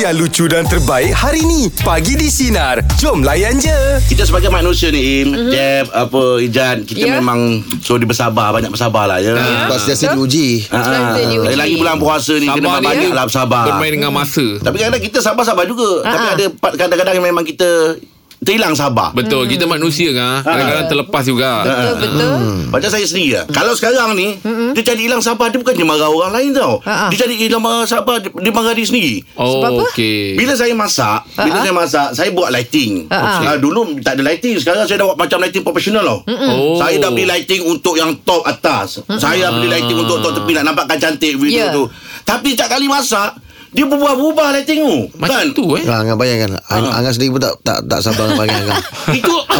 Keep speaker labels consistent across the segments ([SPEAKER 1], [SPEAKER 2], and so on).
[SPEAKER 1] yang lucu dan terbaik hari ni. Pagi di Sinar. Jom layan je.
[SPEAKER 2] Kita sebagai manusia ni Im mm-hmm. Jeb Apa Ijan Kita
[SPEAKER 3] Mhm.
[SPEAKER 2] yeah.
[SPEAKER 3] Ya.
[SPEAKER 2] memang Suruh dia bersabar Banyak bersabar lah ya
[SPEAKER 4] Ah.
[SPEAKER 5] Sebab sentiasa diuji
[SPEAKER 2] Ah,
[SPEAKER 3] Sentiasa diuji.
[SPEAKER 2] Lagi-lagi bulan puasa ni Kena
[SPEAKER 4] Sabar
[SPEAKER 2] banyak
[SPEAKER 4] dia.
[SPEAKER 2] lah bersabar
[SPEAKER 4] Bermain dengan masa
[SPEAKER 2] Tapi kadang-kadang kita sabar-sabar juga
[SPEAKER 3] Ah,
[SPEAKER 2] Tapi ada part- kadang-kadang yang memang kita Terhilang sabar
[SPEAKER 4] Betul Kita manusia
[SPEAKER 2] Ah.
[SPEAKER 4] kan Kadang-kadang terlepas juga
[SPEAKER 3] Betul
[SPEAKER 2] Hmm.
[SPEAKER 3] betul.
[SPEAKER 4] Hmm.
[SPEAKER 3] Ah,
[SPEAKER 2] Macam saya sendiri
[SPEAKER 3] Hmm.
[SPEAKER 2] lah Kalau sekarang ni Dia cari hilang sabar Dia bukan dia marah orang lain tau
[SPEAKER 3] Ha-ha.
[SPEAKER 2] Dia cari hilang marah sabar Dia dia marah dia sendiri
[SPEAKER 4] Oh
[SPEAKER 3] Sebab apa?
[SPEAKER 4] okey
[SPEAKER 2] Bila saya masak Bila saya masak Saya buat lighting
[SPEAKER 3] Ah, ah.
[SPEAKER 2] Ah, Dulu tak ada lighting Sekarang saya dah buat macam lighting profesional tau
[SPEAKER 4] Oh. Ah.
[SPEAKER 2] Saya dah beli lighting untuk yang top atas Saya dah beli lighting untuk top tepi Nak nampakkan cantik video
[SPEAKER 3] Ya.
[SPEAKER 2] tu Tapi tak kali masak Dia berubah-ubah lighting tu
[SPEAKER 4] Macam
[SPEAKER 2] Kan?
[SPEAKER 4] tu eh
[SPEAKER 5] Ha, Angah bayangkan Ang, Angah sendiri pun tak tak, tak sabar dengan panggil Angah
[SPEAKER 2] Itu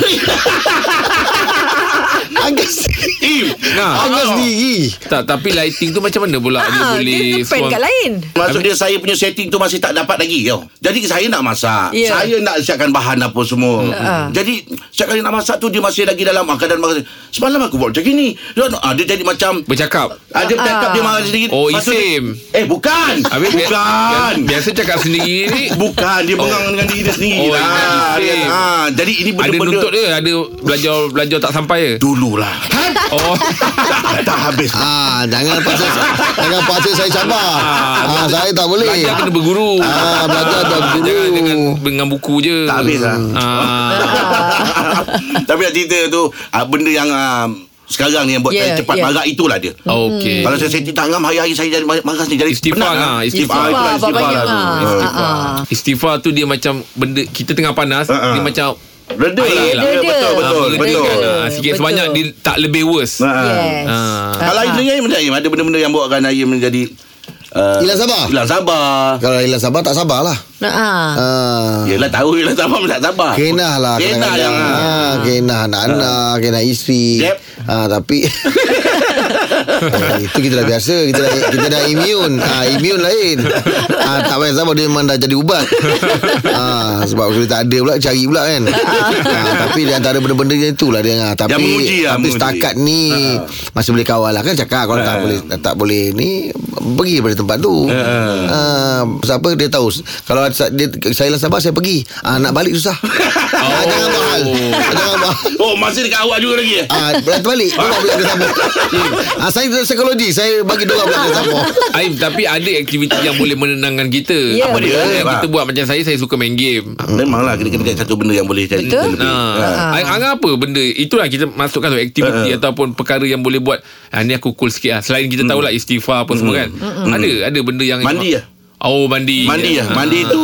[SPEAKER 5] Angah sendiri
[SPEAKER 2] Im
[SPEAKER 4] Nah.
[SPEAKER 5] Angah sendiri
[SPEAKER 4] Tak tapi lighting tu macam mana pula Dia
[SPEAKER 3] Ah,
[SPEAKER 4] boleh
[SPEAKER 3] dia depend
[SPEAKER 4] suang-
[SPEAKER 3] kat lain.
[SPEAKER 2] Maksud dia saya punya setting tu masih tak dapat lagi tau. Jadi saya nak masak.
[SPEAKER 3] Ya. Ha,
[SPEAKER 2] Saya nak siapkan bahan apa semua. Jadi setiap kali nak masak tu dia masih lagi dalam keadaan makan. Semalam aku buat macam gini. Dia, ah, dia jadi macam
[SPEAKER 4] Bercakap
[SPEAKER 2] Ah, dia cakap dia marah sendiri.
[SPEAKER 4] Oh,
[SPEAKER 2] Lepas tu
[SPEAKER 4] isim.
[SPEAKER 2] dia- Eh, bukan.
[SPEAKER 4] Habis bi-
[SPEAKER 2] bukan.
[SPEAKER 4] bi- Biasa cakap sendiri ni
[SPEAKER 2] Bukan. Dia bengang dengan diri dia sendiri.
[SPEAKER 4] Oh,
[SPEAKER 2] lah.
[SPEAKER 4] isim.
[SPEAKER 2] Dia- ah, jadi ini
[SPEAKER 4] Ada
[SPEAKER 2] benda-benda.
[SPEAKER 4] nuntut dia Ada belajar Belajar tak sampai ke
[SPEAKER 2] Dululah.
[SPEAKER 4] Oh
[SPEAKER 2] tak, tak habis.
[SPEAKER 5] Ah, jangan paksa jangan paksa saya sabar. Ah, saya tak boleh.
[SPEAKER 4] Belajar kena berguru
[SPEAKER 5] Ah, belajar dah berguru.
[SPEAKER 4] Jangan dengan, dengan buku je
[SPEAKER 5] Hmm.
[SPEAKER 2] Tak habis lah.
[SPEAKER 4] ah.
[SPEAKER 2] Tapi nak cerita tu, ah, benda yang ah, sekarang ni yang buat
[SPEAKER 3] Ya,
[SPEAKER 2] saya cepat
[SPEAKER 3] ya.
[SPEAKER 2] marah itulah dia.
[SPEAKER 4] Okey
[SPEAKER 2] Kalau saya setting tangan hari-hari saya jadi marah ni jadi
[SPEAKER 4] Istighfar,
[SPEAKER 2] penat
[SPEAKER 4] ah,
[SPEAKER 2] lah.
[SPEAKER 4] istighfar.
[SPEAKER 2] Ah, itulah
[SPEAKER 3] Istighfar,
[SPEAKER 2] istighfar lah
[SPEAKER 3] banyak,
[SPEAKER 2] tu.
[SPEAKER 3] ah.
[SPEAKER 2] Ah.
[SPEAKER 3] Ah, ah.
[SPEAKER 4] Istighfar tu dia macam benda Kita tengah panas
[SPEAKER 2] Ah, ah.
[SPEAKER 4] Dia macam
[SPEAKER 3] Ah,
[SPEAKER 2] Reda lah.
[SPEAKER 4] Air lah.
[SPEAKER 2] Ya, Betul,
[SPEAKER 3] Reda.
[SPEAKER 2] betul,
[SPEAKER 4] ah,
[SPEAKER 2] betul.
[SPEAKER 4] mengerikan,
[SPEAKER 3] Betul.
[SPEAKER 4] ah. Sikit
[SPEAKER 3] Betul.
[SPEAKER 4] sebanyak dia tak lebih worse
[SPEAKER 2] Ah.
[SPEAKER 3] Yes.
[SPEAKER 4] Ah.
[SPEAKER 2] Kalau Aim sendiri Aim macam Aim Ada benda-benda yang buatkan Aim menjadi uh,
[SPEAKER 5] Hilang sabar?
[SPEAKER 2] Hilang sabar
[SPEAKER 5] Kalau hilang sabar tak sabarlah.
[SPEAKER 3] Ah.
[SPEAKER 5] Ah.
[SPEAKER 2] Yelah tahu hilang sabar Tak sabar
[SPEAKER 5] Kenah lah
[SPEAKER 2] Kenah yang ah.
[SPEAKER 5] ha, Kenah anak-anak Kenah isteri
[SPEAKER 2] Jeb.
[SPEAKER 5] ha, Tapi eh, Itu kita dah biasa Kita dah, kita dah immune ha, Immune lain ha, Tak payah sabar Dia memang dah jadi ubat ha, Sebab kalau tak ada pula Cari pula kan ha, Tapi di antara benda-benda yang itulah dia ha,
[SPEAKER 2] Ah.
[SPEAKER 5] Tapi,
[SPEAKER 2] Yang menguji lah,
[SPEAKER 5] tapi
[SPEAKER 2] menguji. Ah.
[SPEAKER 5] setakat ni Masih boleh kawal lah Kan cakap Kalau
[SPEAKER 2] Ha.
[SPEAKER 5] tak boleh tak boleh ni Pergi daripada tempat tu
[SPEAKER 2] Ah.
[SPEAKER 5] ha, Siapa dia tahu Kalau sa- dia, saya lah sabar Saya pergi ha, Nak balik susah
[SPEAKER 4] Oh.
[SPEAKER 5] Ah, jangan mahal. Jangan mahal.
[SPEAKER 2] Oh masih dekat awak juga lagi eh?
[SPEAKER 5] Ah, berat balik Dua pula kena sama ah, Saya tu psikologi Saya bagi dua pula kena sama
[SPEAKER 4] Aim tapi ada aktiviti yang boleh menenangkan kita.
[SPEAKER 3] Ya.
[SPEAKER 4] Apa dia?
[SPEAKER 2] Betul,
[SPEAKER 4] Yang
[SPEAKER 2] Pak.
[SPEAKER 4] kita buat macam saya saya suka main game.
[SPEAKER 2] Memanglah kena kena satu benda yang boleh jadi
[SPEAKER 3] Betul.
[SPEAKER 2] lebih. Ah.
[SPEAKER 4] Ha. Ha. Angah apa benda Itulah kita masukkan tu Aktiviti
[SPEAKER 2] Ha.
[SPEAKER 4] ataupun Perkara yang boleh buat ha, Ni aku cool sikit lah Selain kita tahulah Istighfar apa semua kan Ada Ada benda yang
[SPEAKER 2] Mandi lah.
[SPEAKER 4] Oh mandi
[SPEAKER 2] Mandi lah Mandi tu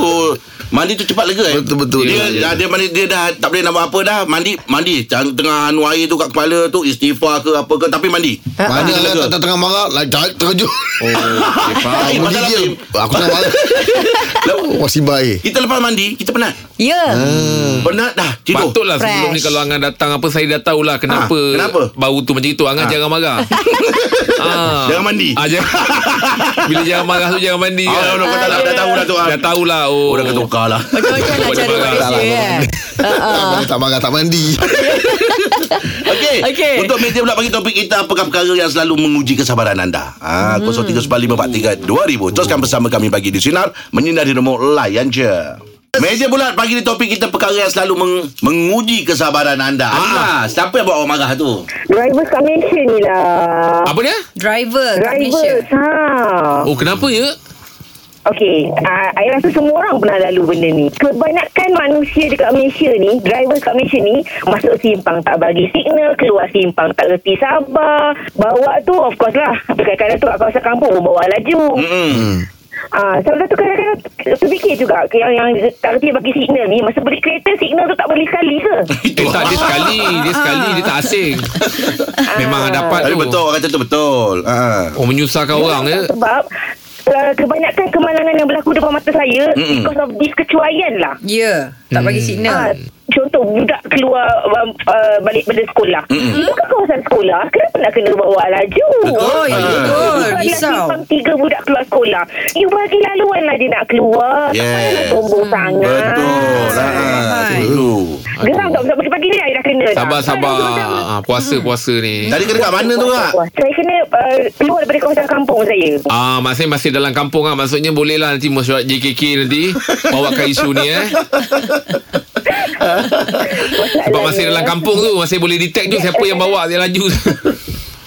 [SPEAKER 2] Mandi tu cepat lega eh?
[SPEAKER 5] Betul, betul.
[SPEAKER 2] Dia,
[SPEAKER 5] Ya,
[SPEAKER 2] dia, dia, mandi, dia dah tak boleh nak buat apa dah Mandi Mandi Teng- Tengah anu air tu kat kepala tu Istighfar ke apa ke Tapi mandi
[SPEAKER 5] Mana
[SPEAKER 2] Mandi lega
[SPEAKER 5] lah tak tengah marah like, tak- Terkejut
[SPEAKER 4] Oh, okay, faham.
[SPEAKER 2] Eh,
[SPEAKER 5] Aku
[SPEAKER 2] pasal
[SPEAKER 5] gigil Aku tengah marah
[SPEAKER 2] Lepas-
[SPEAKER 5] Masih baik
[SPEAKER 2] Kita lepas mandi Kita penat
[SPEAKER 3] Ya.
[SPEAKER 2] Hmm. Penat dah Tidur
[SPEAKER 4] Patutlah
[SPEAKER 3] Fresh.
[SPEAKER 4] sebelum ni Kalau Angah datang apa Saya dah tahulah Kenapa
[SPEAKER 2] Ha, kenapa?
[SPEAKER 4] Bau tu macam itu Angah jangan marah ha.
[SPEAKER 2] Jangan mandi.
[SPEAKER 4] ha, jangan. Bila jangan marah tu Jangan mandi
[SPEAKER 2] Oh, no, no, kau dah, dah, dah tahu dah tu. ah.
[SPEAKER 4] Dah tahulah oh.
[SPEAKER 2] Oh, dah ketukar lah.
[SPEAKER 3] Macam-macam lah
[SPEAKER 4] Buat
[SPEAKER 3] cara
[SPEAKER 4] dia marah.
[SPEAKER 3] manusia kan.
[SPEAKER 5] Tak marah, Tak marah tak mandi
[SPEAKER 2] Okey.
[SPEAKER 3] Okey.
[SPEAKER 2] Untuk media pula bagi topik kita apakah perkara yang selalu menguji kesabaran anda. Ha, 0395432000. Teruskan bersama kami bagi di sinar menyinari rumah layan je. Meja bulat pagi di topik kita perkara yang selalu meng- menguji kesabaran anda. Ah, siapa yang buat orang marah tu?
[SPEAKER 6] Driver kat Malaysia ni lah.
[SPEAKER 4] Apa dia?
[SPEAKER 3] Driver Ah, kat Malaysia.
[SPEAKER 6] Driver. Ha.
[SPEAKER 4] Oh kenapa ya?
[SPEAKER 6] Okey, uh, I rasa semua orang pernah lalu benda ni. Kebanyakan manusia dekat Malaysia ni, driver kat Malaysia ni, masuk simpang tak bagi signal, keluar simpang tak reti sabar. Bawa tu of course lah. Kadang-kadang tu kat kawasan kampung, bawa laju.
[SPEAKER 2] Hmm.
[SPEAKER 6] Ah, sebab tu kadang-kadang terfikir juga ke yang yang tak reti bagi signal ni masa beri kereta signal tu tak boleh sekali ke?
[SPEAKER 4] Eh tak
[SPEAKER 2] lah.
[SPEAKER 4] dia sekali Dia sekali Dia tak asing Memang ada dapat
[SPEAKER 2] Tapi
[SPEAKER 4] tu
[SPEAKER 2] betul orang kata tu betul. Ha.
[SPEAKER 4] Oh menyusahkan orang ya
[SPEAKER 6] Sebab uh, kebanyakan kemalangan yang berlaku depan mata saya
[SPEAKER 2] Mm-mm.
[SPEAKER 6] because of this kecuaian lah.
[SPEAKER 4] Hmm.
[SPEAKER 3] Ya. Tak bagi
[SPEAKER 6] Ah,
[SPEAKER 3] signal.
[SPEAKER 6] contoh budak keluar um, uh, balik pada sekolah. Mm-hmm. Bukan kawasan sekolah, kenapa nak kena bawa laju?
[SPEAKER 3] Oh,
[SPEAKER 4] Ah.
[SPEAKER 3] ya betul.
[SPEAKER 6] Bukan nak
[SPEAKER 3] Risau.
[SPEAKER 6] simpang tiga budak keluar sekolah. You bagi laluan lah dia nak keluar. Tak payah nak
[SPEAKER 2] Yes.
[SPEAKER 6] Sombong
[SPEAKER 4] Ya.
[SPEAKER 6] sangat. Ah.
[SPEAKER 2] Betul. Ha,
[SPEAKER 3] Faham.
[SPEAKER 2] tu.
[SPEAKER 6] Geram tak Ustaz? pagi-pagi ni I dah kena. dah.
[SPEAKER 4] Sabar-sabar. Ah, puasa-puasa ni.
[SPEAKER 2] Tadi kena kat mana tu kak?
[SPEAKER 6] Saya kena uh, keluar daripada kawasan kampung saya.
[SPEAKER 4] Ah, masih masih dalam kampung ah. Maksudnya boleh lah nanti mesyuarat JKK nanti bawakan isu ni eh. Sebab masih dalam kampung tu masih boleh detect tu siapa yang bawa dia laju.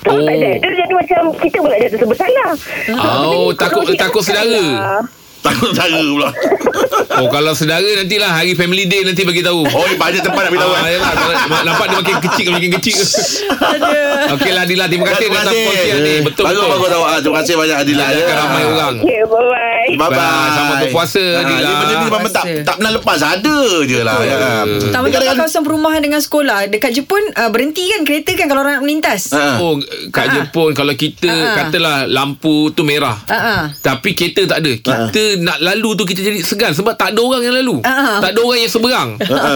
[SPEAKER 6] Oh.
[SPEAKER 4] Oh.
[SPEAKER 6] Dia jadi macam kita pula jatuh bersalah.
[SPEAKER 4] Oh, takut
[SPEAKER 6] kan,
[SPEAKER 4] takut sedara.
[SPEAKER 2] Takut cara pula.
[SPEAKER 4] Oh, kalau sedara nantilah hari family day nanti bagi tahu.
[SPEAKER 2] Oh, banyak tempat nak beritahu.
[SPEAKER 4] Ah,
[SPEAKER 2] kan?
[SPEAKER 4] yalah, kalau- nampak dia makin kecil makin kecil. Okey lah Adila terima kasih datang kongsi ni. Betul
[SPEAKER 2] Bagus
[SPEAKER 4] betul.
[SPEAKER 2] bagus tahu. Ah, Terima kasih banyak Adila.
[SPEAKER 4] Ada
[SPEAKER 2] Ya.
[SPEAKER 4] ramai orang.
[SPEAKER 6] Okay, bye-bye.
[SPEAKER 2] Bye bye.
[SPEAKER 4] Bye. Selamat berpuasa, Adila.
[SPEAKER 2] Ini Ah, benda ni memang tak
[SPEAKER 3] Puasa.
[SPEAKER 2] tak pernah lepas. Ada je lah. ya.
[SPEAKER 3] Tambah
[SPEAKER 2] Dia
[SPEAKER 3] kat
[SPEAKER 2] kadang-kadang-
[SPEAKER 3] kawasan perumahan dengan sekolah. Dekat Jepun uh, berhenti kan kereta kan kalau orang nak melintas.
[SPEAKER 2] Ah.
[SPEAKER 4] Oh, kat
[SPEAKER 3] Ah.
[SPEAKER 4] Jepun kalau kita
[SPEAKER 3] Ah.
[SPEAKER 4] katalah lampu tu merah.
[SPEAKER 3] Ah, ah.
[SPEAKER 4] Tapi kereta tak ada Kita nak lalu tu Kita jadi segan Sebab tak ada orang yang lalu
[SPEAKER 3] Ah.
[SPEAKER 4] Tak ada orang yang seberang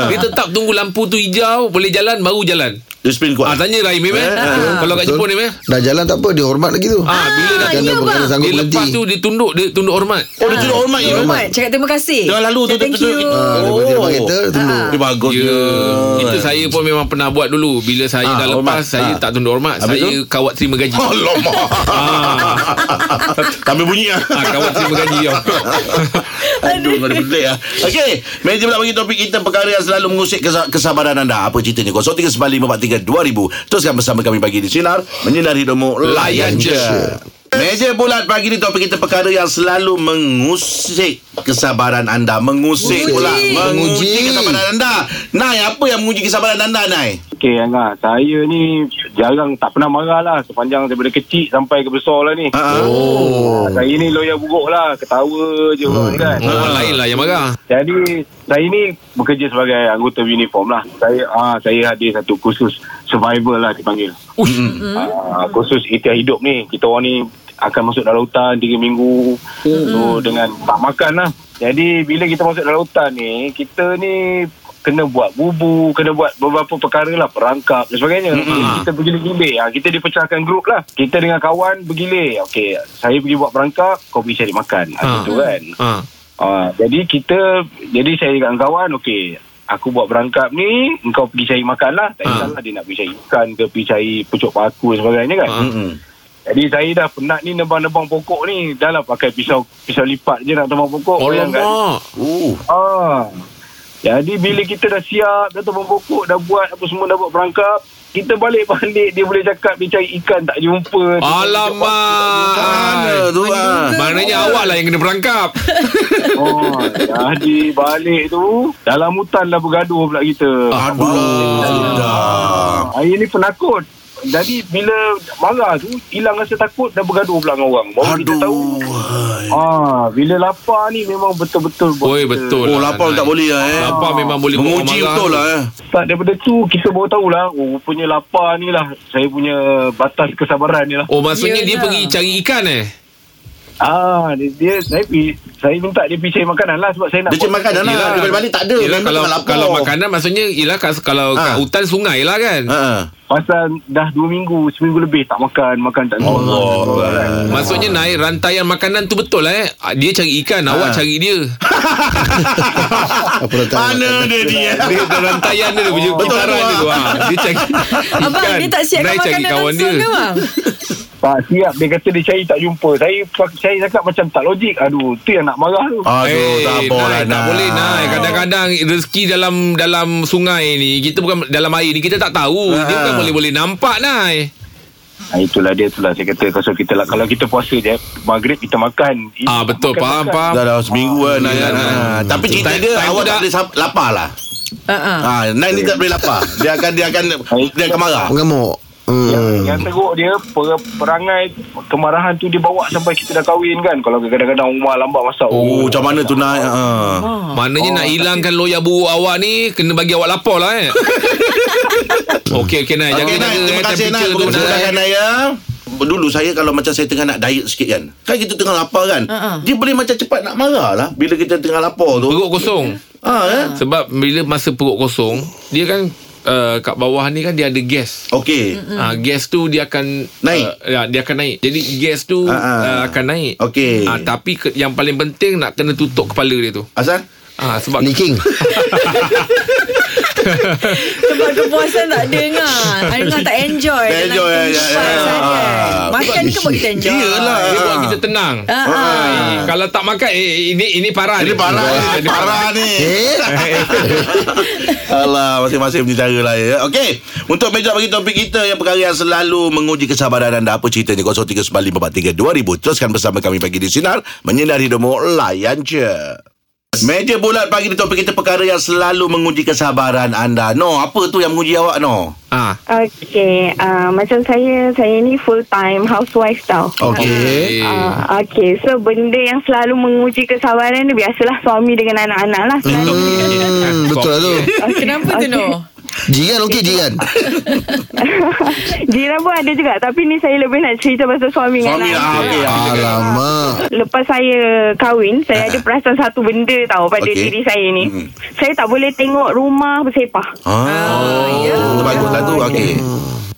[SPEAKER 4] Dia tetap tunggu lampu tu hijau Boleh jalan Baru jalan
[SPEAKER 2] Dia spin kuat.
[SPEAKER 4] ah, Tanya Rahim eh, Kalau kat
[SPEAKER 5] Betul.
[SPEAKER 4] Jepun eh,
[SPEAKER 5] Dah jalan tak apa Dia hormat lagi tu
[SPEAKER 4] ah, Bila dah
[SPEAKER 3] ya,
[SPEAKER 5] Janda
[SPEAKER 3] bang.
[SPEAKER 5] perkara sanggup
[SPEAKER 4] Dia lepas
[SPEAKER 5] berhenti
[SPEAKER 4] tu Dia tunduk Dia tunduk hormat
[SPEAKER 2] Oh, dia curi hormat je.
[SPEAKER 3] Ah. Hormat, cakap terima kasih.
[SPEAKER 2] Dia lalu tu.
[SPEAKER 3] Thank you.
[SPEAKER 5] Ah, dia berhenti depan kereta, dia tunduk.
[SPEAKER 2] Ah. Dia bagus.
[SPEAKER 4] Ya,
[SPEAKER 2] dia.
[SPEAKER 4] itu saya pun memang pernah buat dulu. Bila saya
[SPEAKER 2] Ah,
[SPEAKER 4] dah lepas,
[SPEAKER 2] hormat.
[SPEAKER 4] saya
[SPEAKER 2] Ah.
[SPEAKER 4] tak tunduk hormat.
[SPEAKER 2] Habis
[SPEAKER 4] saya kawat terima gaji.
[SPEAKER 2] Alamak.
[SPEAKER 4] Ah.
[SPEAKER 2] Sambil bunyi ah.
[SPEAKER 4] ah, kawat terima gaji. tau.
[SPEAKER 2] Aduh, kau ada pelik ah. Okey, meja pula bagi topik kita perkara yang selalu mengusik kesa- kesabaran anda. Apa ceritanya? 0395432000. Teruskan bersama kami bagi di Sinar. Menyinari hidupmu. Layan je. Meja bulat pagi ni topik kita perkara yang selalu mengusik kesabaran anda. Mengusik
[SPEAKER 3] Menguji.
[SPEAKER 2] pula.
[SPEAKER 5] Menguji.
[SPEAKER 2] Menguji kesabaran anda. Nai, apa yang menguji kesabaran anda, Nai?
[SPEAKER 7] Okey Angga, saya ni jarang tak pernah marah lah sepanjang daripada kecil sampai ke besar lah ni.
[SPEAKER 2] Ha, ha.
[SPEAKER 7] Oh. Saya ni loyal buruk lah, ketawa je orang kan.
[SPEAKER 4] Oh, Orang lain lah yang marah.
[SPEAKER 7] Jadi saya ni bekerja sebagai anggota uniform lah. Saya ah saya hadir satu kursus survival lah dipanggil.
[SPEAKER 4] Hmm.
[SPEAKER 7] Ah, kursus ikhtiar hidup ni kita orang ni akan masuk dalam hutan 3 minggu so dengan tak makan lah jadi bila kita masuk dalam hutan ni kita ni kena buat bubu kena buat beberapa perkara lah perangkap dan sebagainya
[SPEAKER 4] Hmm.
[SPEAKER 7] Jadi kita bergilir-gilir ha, kita dipecahkan grup lah kita dengan kawan bergilir Okey, saya pergi buat perangkap kau pergi cari makan ha.
[SPEAKER 4] Ah.
[SPEAKER 7] gitu kan
[SPEAKER 4] Ah.
[SPEAKER 7] Ah, jadi kita jadi saya dengan kawan okey aku buat berangkap ni engkau pergi cari makan lah tak
[SPEAKER 4] Ah.
[SPEAKER 7] kisahlah dia nak pergi cari ikan ke pergi cari pucuk paku dan sebagainya kan
[SPEAKER 4] Ah.
[SPEAKER 2] Mm-mm.
[SPEAKER 7] jadi saya dah penat ni nebang-nebang pokok ni dah lah pakai pisau pisau lipat je nak tebang pokok
[SPEAKER 4] Oh,
[SPEAKER 7] bayangkan.
[SPEAKER 4] Alamak.
[SPEAKER 2] Oh.
[SPEAKER 7] ah. jadi bila kita dah siap dah tebang pokok dah buat apa semua dah buat berangkap kita balik-balik dia boleh cakap dia cari ikan tak jumpa Dia cari
[SPEAKER 4] Alamak.
[SPEAKER 2] Mana tu ah?
[SPEAKER 4] Maknanya awak lah yang kena berangkap.
[SPEAKER 7] Oh, jadi balik tu dalam hutan lah bergaduh pula kita.
[SPEAKER 2] Aduh. Dah.
[SPEAKER 7] Saya ni penakut. Jadi bila marah tu hilang rasa takut dan bergaduh pula dengan orang. Baru kita tahu.
[SPEAKER 2] Aduh.
[SPEAKER 7] Ah, bila lapar ni memang betul-betul buat
[SPEAKER 4] Oi,
[SPEAKER 7] kita.
[SPEAKER 4] betul.
[SPEAKER 2] Oh, lapar
[SPEAKER 4] Nai.
[SPEAKER 2] tak boleh lah eh.
[SPEAKER 4] Lapar memang boleh buat
[SPEAKER 2] Menguji
[SPEAKER 4] orang
[SPEAKER 2] betul lah
[SPEAKER 4] marah.
[SPEAKER 2] eh.
[SPEAKER 7] Start daripada tu kita baru tahulah oh, rupanya lapar ni lah saya punya batas kesabaran ni lah.
[SPEAKER 4] Oh, maksudnya dia
[SPEAKER 3] Yelah.
[SPEAKER 4] pergi cari ikan eh?
[SPEAKER 7] Ah, dia, dia saya pi- saya minta dia pergi cari makanan lah sebab saya nak
[SPEAKER 2] Dia cari makanan lah.
[SPEAKER 4] Yelah.
[SPEAKER 2] Dia balik balik tak ada.
[SPEAKER 4] Yelah,
[SPEAKER 2] Memang
[SPEAKER 4] kalau
[SPEAKER 2] tak lapar.
[SPEAKER 4] kalau makanan maksudnya ialah kalau
[SPEAKER 2] Ah.
[SPEAKER 4] kat hutan sungai lah kan.
[SPEAKER 2] Ha.
[SPEAKER 7] pasal dah 2 minggu, seminggu lebih tak makan, makan tak keluar.
[SPEAKER 2] Allah.
[SPEAKER 4] Maksudnya naik rantaian makanan tu betul lah eh. Dia cari ikan,
[SPEAKER 2] Ah.
[SPEAKER 4] awak cari dia.
[SPEAKER 5] Apa letak
[SPEAKER 2] Mana dia dia?
[SPEAKER 4] Dia ada rantaian dia, dia punya
[SPEAKER 2] Betul
[SPEAKER 4] kitaran
[SPEAKER 2] tu,
[SPEAKER 4] dia tu. ah. Dia cari
[SPEAKER 3] Abang,
[SPEAKER 4] ikan.
[SPEAKER 3] dia tak siapkan
[SPEAKER 4] Nai cari
[SPEAKER 3] makanan
[SPEAKER 4] kawan
[SPEAKER 3] langsung
[SPEAKER 4] dia.
[SPEAKER 3] ke, bang?
[SPEAKER 7] Tak siap Dia kata dia cari tak jumpa Saya saya cakap macam tak logik Aduh Tu yang nak marah tu
[SPEAKER 2] Aduh,
[SPEAKER 4] Eh,
[SPEAKER 2] tak boleh
[SPEAKER 4] Nai, tak boleh naik Kadang-kadang rezeki dalam dalam sungai ni Kita bukan dalam air ni Kita tak tahu
[SPEAKER 2] Ah.
[SPEAKER 4] Dia bukan boleh-boleh nampak naik
[SPEAKER 7] ha, Itulah dia itulah Saya kata kalau kita lah, Kalau kita puasa je Maghrib kita makan
[SPEAKER 4] Ah betul
[SPEAKER 7] Makan,
[SPEAKER 4] faham
[SPEAKER 7] makan.
[SPEAKER 4] faham.
[SPEAKER 2] Dah dah seminggu kan Nai kan.
[SPEAKER 4] Yelah, Nai.
[SPEAKER 2] Ah, Tapi cerita
[SPEAKER 4] Time-
[SPEAKER 2] dia awak
[SPEAKER 4] time tu
[SPEAKER 2] tak
[SPEAKER 4] dah-
[SPEAKER 2] boleh sap- lapar lah.
[SPEAKER 3] Ah, ah.
[SPEAKER 2] Ha, Nai ni tak boleh lapar. Dia akan dia akan dia akan marah.
[SPEAKER 5] Mengamuk
[SPEAKER 7] yang,
[SPEAKER 5] Hmm.
[SPEAKER 7] yang teruk dia per, Perangai Kemarahan tu dia bawa Sampai kita dah kahwin kan Kalau kadang-kadang rumah lambat masak
[SPEAKER 2] Oh, macam mana tu Nai? Ha.
[SPEAKER 4] Maknanya
[SPEAKER 2] Oh,
[SPEAKER 4] nak hilangkan loya buruk awak ni Kena bagi awak lapor lah eh Okey okey Nai Jangan
[SPEAKER 2] Okey, Nai,
[SPEAKER 4] jaga
[SPEAKER 2] terima
[SPEAKER 4] eh,
[SPEAKER 2] kasih Nai.
[SPEAKER 4] temperature tu Eh,
[SPEAKER 2] Terima kasih
[SPEAKER 4] Nai
[SPEAKER 2] Nai ya. dulu saya kalau macam saya tengah nak diet sikit kan. Kan kita tengah lapar kan.
[SPEAKER 3] Uh-uh.
[SPEAKER 2] Dia boleh macam cepat nak marah lah bila kita tengah lapar tu.
[SPEAKER 4] Perut kosong
[SPEAKER 2] Ha eh.
[SPEAKER 4] Sebab bila masa perut kosong Dia kan uh, Kat bawah ni kan dia ada gas
[SPEAKER 2] Okey.
[SPEAKER 4] Ah, gas tu dia akan
[SPEAKER 2] Naik.
[SPEAKER 4] Uh, ya, dia akan naik. Jadi gas tu
[SPEAKER 2] Ah, ah.
[SPEAKER 4] uh, akan naik.
[SPEAKER 2] Okey.
[SPEAKER 4] Ah, tapi ke, yang paling penting nak kena tutup kepala dia tu.
[SPEAKER 2] Asal?
[SPEAKER 4] Ah, sebab
[SPEAKER 5] Leaking
[SPEAKER 3] Sebab kepuasan tak ada dengar Dengar tak enjoy
[SPEAKER 2] Tak enjoy,
[SPEAKER 3] Dalam
[SPEAKER 2] ya, ya,
[SPEAKER 3] kehidupan
[SPEAKER 2] ya.
[SPEAKER 3] seharian.
[SPEAKER 2] Ah,
[SPEAKER 3] Makan ke buat kita enjoy
[SPEAKER 2] Iyalah.
[SPEAKER 4] dia buat kita tenang.
[SPEAKER 3] Ah, ah.
[SPEAKER 4] Eh, kalau tak makan eh, ini ini parah.
[SPEAKER 2] Ini
[SPEAKER 4] ni.
[SPEAKER 2] parah ni,
[SPEAKER 4] Ah,
[SPEAKER 2] ini parah ni.
[SPEAKER 5] Eh
[SPEAKER 2] Alah, masing-masing punya cara lah ya. Okey, untuk meja bagi topik kita yang perkara yang selalu menguji kesabaran anda. Apa ceritanya? 0395432000. Teruskan bersama kami pagi di Sinar. Menyinari hidupmu, layan je. Meja bulat pagi di topik kita perkara yang selalu menguji kesabaran anda. No, apa tu yang menguji awak, No?
[SPEAKER 4] Ah.
[SPEAKER 8] Okey, uh, macam saya, saya ni full time housewife tau.
[SPEAKER 2] Okey.
[SPEAKER 4] Eh,
[SPEAKER 8] Uh, okay, so benda yang selalu menguji kesabaran ni biasalah suami dengan anak-anak lah. Selalu.
[SPEAKER 5] hmm, Betul lah tu
[SPEAKER 3] Ah, Kenapa tu no?
[SPEAKER 5] Jiran okey jiran
[SPEAKER 8] Jiran pun ada juga tapi ni saya lebih nak cerita pasal suami,
[SPEAKER 2] Suami
[SPEAKER 8] dengan
[SPEAKER 2] lah.
[SPEAKER 4] ah,
[SPEAKER 8] anak.
[SPEAKER 2] Okey.
[SPEAKER 5] Alamak
[SPEAKER 8] Lepas saya kahwin, saya ada perasaan satu benda tau pada
[SPEAKER 2] Okey.
[SPEAKER 8] okay. diri saya ni.
[SPEAKER 2] Mm.
[SPEAKER 8] Saya tak boleh tengok rumah bersepah.
[SPEAKER 2] Ah, oh, baguslah tu. Okey.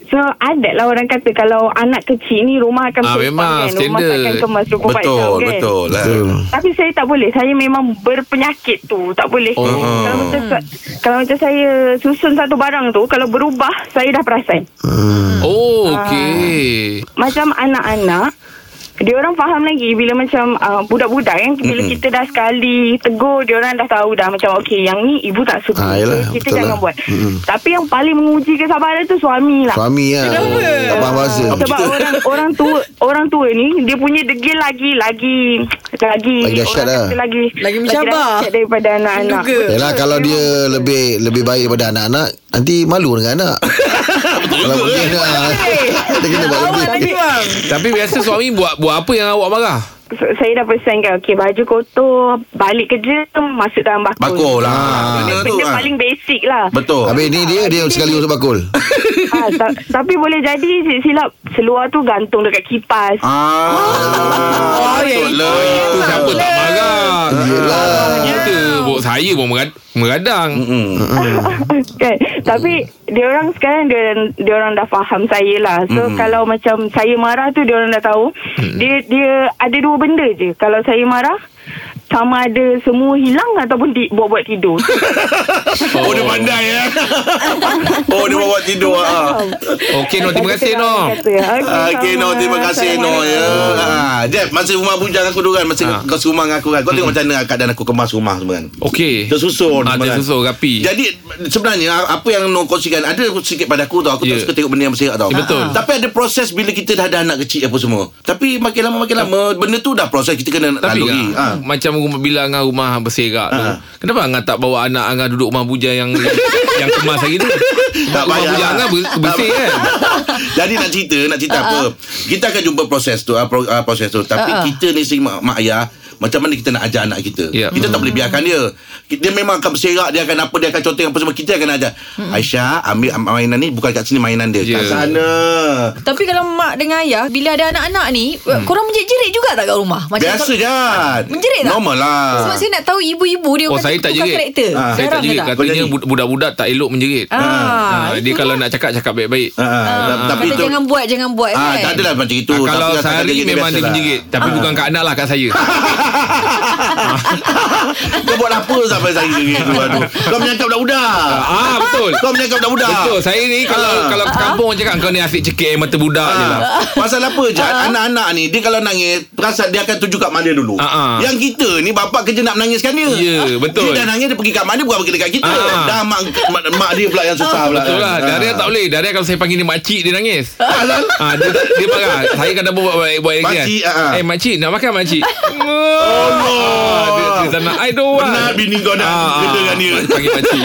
[SPEAKER 8] So adatlah orang kata kalau anak kecil ni rumah akan
[SPEAKER 4] Ah,
[SPEAKER 8] bersepah
[SPEAKER 4] memang,
[SPEAKER 8] kan. Rumah
[SPEAKER 4] standard.
[SPEAKER 8] takkan kemas 24
[SPEAKER 2] Betul,
[SPEAKER 8] jam kan.
[SPEAKER 2] betul. lah.
[SPEAKER 8] Tapi saya tak boleh. Saya memang berpenyakit tu. Tak boleh.
[SPEAKER 4] Oh.
[SPEAKER 8] Kalau, macam, sa- kalau macam saya susun satu barang tu, kalau berubah, saya dah perasan.
[SPEAKER 5] Hmm.
[SPEAKER 4] Oh, okey.
[SPEAKER 8] Macam anak-anak, dia orang faham lagi bila macam uh, budak-budak kan bila mm kita dah sekali tegur dia orang dah tahu dah macam okey yang ni ibu tak suka
[SPEAKER 5] Ah, yelah,
[SPEAKER 8] kita
[SPEAKER 5] betul
[SPEAKER 8] jangan
[SPEAKER 5] lah.
[SPEAKER 8] buat
[SPEAKER 5] Mm-mm.
[SPEAKER 8] tapi yang paling menguji kesabaran tu suami lah
[SPEAKER 5] Suami lah Tak faham bahasa
[SPEAKER 8] sebab orang orang tua orang tua ni dia punya degil lagi lagi lagi
[SPEAKER 5] Lagi dahsyat
[SPEAKER 8] orang
[SPEAKER 5] lah.
[SPEAKER 8] kata lagi
[SPEAKER 3] Lagi mencabar.
[SPEAKER 8] dahsyat daripada anak-anak.
[SPEAKER 3] Menduga.
[SPEAKER 5] Yalah kalau dia lebih lebih baik daripada anak-anak Nanti malu dengan anak Kalau begini nak Dia kena buat
[SPEAKER 3] Awak
[SPEAKER 5] lebih
[SPEAKER 2] lah,
[SPEAKER 3] tadi bang
[SPEAKER 4] Tapi biasa suami buat buat apa yang awak marah?
[SPEAKER 8] So, saya dah pesankan okey baju kotor balik kerja masuk dalam bakul.
[SPEAKER 2] Bakul lah.
[SPEAKER 8] Benda,
[SPEAKER 2] tu,
[SPEAKER 8] benda
[SPEAKER 2] ah.
[SPEAKER 8] paling basic lah.
[SPEAKER 2] Betul.
[SPEAKER 5] Habis ni dia Dia sekali masuk bakul
[SPEAKER 8] ha, ta- tapi boleh jadi si- silap seluar tu gantung dekat kipas.
[SPEAKER 2] Ah,
[SPEAKER 3] Oh,
[SPEAKER 2] betul
[SPEAKER 3] ya, itu
[SPEAKER 2] lah.
[SPEAKER 4] Itu siapa tak marah?
[SPEAKER 5] Yelah
[SPEAKER 4] Kita buat saya pun merad- meradang.
[SPEAKER 2] Ah. Mm-mm.
[SPEAKER 4] Hmm.
[SPEAKER 8] kan? Tapi dia orang sekarang dia dia orang dah faham saya lah. So
[SPEAKER 4] Hmm.
[SPEAKER 2] Mm.
[SPEAKER 8] kalau macam saya marah tu dia orang dah tahu. Dia dia ada dua benda je. Kalau saya marah sama ada semua hilang ataupun ti- buat-buat tidur.
[SPEAKER 2] Oh, dia pandai ya. oh, dia bawa tidur. Ah.
[SPEAKER 4] Okey, no, terima kasih no.
[SPEAKER 2] Okay, no, terima kasih no ya. Ah, Jeff, masa rumah bujang aku dulu kan, masa
[SPEAKER 4] Ah.
[SPEAKER 2] kau serumah dengan aku kan. Kau tengok macam mana keadaan aku kemas rumah semua kan.
[SPEAKER 4] Okey.
[SPEAKER 2] Tersusun
[SPEAKER 4] Ah,
[SPEAKER 2] semua kan.
[SPEAKER 4] tersusun, rapi.
[SPEAKER 2] Jadi sebenarnya apa yang Noh kongsikan ada sikit pada aku tau. Aku
[SPEAKER 4] Ya.
[SPEAKER 2] tak suka tengok benda yang berserak tau.
[SPEAKER 4] Ya, betul.
[SPEAKER 2] Tapi ada proses bila kita dah ada anak kecil apa semua. Tapi makin lama makin lama benda tu dah proses kita kena
[SPEAKER 4] Tapi
[SPEAKER 2] lalui. Ah.
[SPEAKER 4] kan, ha. macam rumah, bila Angah rumah hang berserak tu.
[SPEAKER 2] Ha.
[SPEAKER 4] Kenapa Angah tak bawa anak Angah duduk rumah buja yang yang kemas hari tu?
[SPEAKER 2] Tak
[SPEAKER 4] rumah
[SPEAKER 2] payah.
[SPEAKER 4] buja Angah ber- bersih kan?
[SPEAKER 2] Jadi nak cerita, nak cerita
[SPEAKER 3] Ah,
[SPEAKER 2] apa? Kita akan jumpa proses tu, ah, pro- ah, proses tu. Tapi kita ni sering mak, mak ayah macam mana kita nak ajar anak kita
[SPEAKER 4] Ya.
[SPEAKER 2] Kita tak boleh
[SPEAKER 3] Hmm.
[SPEAKER 2] biarkan dia Dia memang akan berserak Dia akan apa Dia akan conteng apa semua Kita akan ajar
[SPEAKER 3] Hmm.
[SPEAKER 2] Aisyah ambil mainan ni Bukan kat sini mainan dia Kat
[SPEAKER 4] Ya.
[SPEAKER 2] sana
[SPEAKER 3] Tapi kalau mak dengan ayah Bila ada anak-anak ni Korang menjerit-jerit juga tak kat rumah? Macam
[SPEAKER 2] Hmm. Biasa
[SPEAKER 3] kalau-
[SPEAKER 2] je
[SPEAKER 3] Menjerit tak?
[SPEAKER 2] Normal lah
[SPEAKER 3] Sebab saya nak tahu ibu-ibu kan dia
[SPEAKER 4] Oh
[SPEAKER 3] orang
[SPEAKER 4] saya
[SPEAKER 3] kata
[SPEAKER 4] tak
[SPEAKER 3] tukar
[SPEAKER 4] jerit
[SPEAKER 2] Ah,
[SPEAKER 3] karakter
[SPEAKER 4] Saya tak
[SPEAKER 3] Jarang ke
[SPEAKER 4] jerit
[SPEAKER 2] tak?
[SPEAKER 4] Katanya
[SPEAKER 2] Kau jadi?
[SPEAKER 4] bud- budak-budak tak elok menjerit
[SPEAKER 3] Ah,
[SPEAKER 4] Ah, Dia
[SPEAKER 3] itu
[SPEAKER 4] kalau
[SPEAKER 3] lah.
[SPEAKER 4] nak cakap Cakap baik-baik
[SPEAKER 2] Ah, Tapi tu
[SPEAKER 3] Kata jangan buat Jangan buat
[SPEAKER 2] ah,
[SPEAKER 3] kan
[SPEAKER 2] Tak adalah macam itu
[SPEAKER 4] Ah, kalau
[SPEAKER 2] Tapi katakan
[SPEAKER 4] sehari
[SPEAKER 2] kita
[SPEAKER 4] memang dia
[SPEAKER 2] biasalah.
[SPEAKER 4] menjerit
[SPEAKER 2] Ah.
[SPEAKER 4] Tapi bukan kat anak lah kat saya
[SPEAKER 2] Kau buat apa sampai saya jerit tu aduh. Kau menyangkap budak-budak
[SPEAKER 4] Ah betul
[SPEAKER 2] Kau menyangkap budak-budak
[SPEAKER 4] Betul Saya ni kalau
[SPEAKER 2] Ah.
[SPEAKER 4] kalau kat kampung orang cakap Kau ni asyik cekik air mata budak je lah
[SPEAKER 2] Ah. Pasal apa je Anak-anak ni Dia kalau nangis Perasaan dia akan tuju kat mana dulu
[SPEAKER 4] Ah, ah.
[SPEAKER 2] Yang kita ni Bapak kerja nak menangiskan dia
[SPEAKER 4] Ya, betul.
[SPEAKER 2] Dia dah nangis Dia pergi kat mana Bukan pergi dekat kita
[SPEAKER 4] Ah.
[SPEAKER 2] Dah mak, mak, mak dia pula yang susah pula
[SPEAKER 4] Betul lah Daria tak boleh Daria kalau saya panggil dia makcik Dia nangis ah, dia, dia marah Saya kadang buat buat, buat
[SPEAKER 2] Makcik, ah, ah.
[SPEAKER 4] Eh makcik nak makan makcik Oh
[SPEAKER 2] no.
[SPEAKER 4] dia, dia tak nak I don't want
[SPEAKER 2] Benar bini kau dah
[SPEAKER 4] Ah,
[SPEAKER 2] Kerja
[SPEAKER 4] ah.
[SPEAKER 2] dengan dia
[SPEAKER 4] Panggil makcik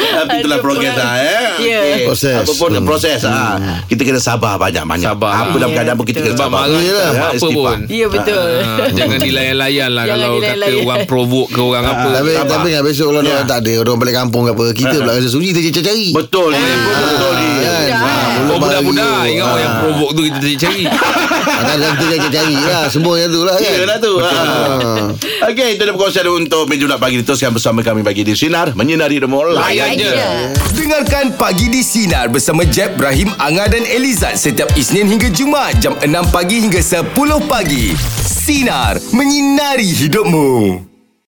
[SPEAKER 2] Tapi itulah
[SPEAKER 3] Aduh,
[SPEAKER 2] progres
[SPEAKER 3] kurang.
[SPEAKER 2] lah eh.
[SPEAKER 3] Ya.
[SPEAKER 2] Okey.
[SPEAKER 5] Proses.
[SPEAKER 2] Apapun
[SPEAKER 5] Hmm.
[SPEAKER 2] proses ah. Kita kena sabar banyak-banyak
[SPEAKER 4] Sabar.
[SPEAKER 2] Apa dalam
[SPEAKER 3] Ya,
[SPEAKER 2] keadaan pun kita
[SPEAKER 3] betul.
[SPEAKER 2] kena
[SPEAKER 4] Sebab
[SPEAKER 2] sabar
[SPEAKER 4] marah
[SPEAKER 5] Yelah.
[SPEAKER 4] tak buat apa
[SPEAKER 2] Istighfar.
[SPEAKER 4] pun
[SPEAKER 3] Ya betul
[SPEAKER 4] Ah, Jangan dilayan-layan lah
[SPEAKER 3] Jangan
[SPEAKER 4] Kalau kata
[SPEAKER 3] dilayan-layan.
[SPEAKER 4] orang provoke ke
[SPEAKER 2] Ah,
[SPEAKER 4] orang apa Ah,
[SPEAKER 5] Tapi
[SPEAKER 4] Sabar.
[SPEAKER 5] tapi kan besok kalau
[SPEAKER 2] Ya.
[SPEAKER 5] orang tak
[SPEAKER 4] Ah,
[SPEAKER 5] ada Orang balik kampung ke apa Kita pula rasa sunyi Kita cari-cari
[SPEAKER 2] Betul ni Ah, Betul ni
[SPEAKER 5] Kan?
[SPEAKER 3] Betul.
[SPEAKER 5] Ah,
[SPEAKER 4] Oh, budak budak-budak Ingat orang
[SPEAKER 2] Ah.
[SPEAKER 4] yang provok tu Kita cari
[SPEAKER 5] Kadang-kadang Ah, kan, kita kena cari lah Semuanya tu lah kan Ah.
[SPEAKER 2] Yelah tu ha. Okey itu dia perkongsian untuk Meja Bulat Pagi Teruskan bersama kami Pagi di Sinar Menyinari Demo Layan je
[SPEAKER 1] Dengarkan Pagi di Sinar bersama Jeb, Ibrahim, Anga dan Elizad setiap Isnin hingga Jumaat jam 6 pagi hingga 10 pagi. Sinar, menyinari hidupmu.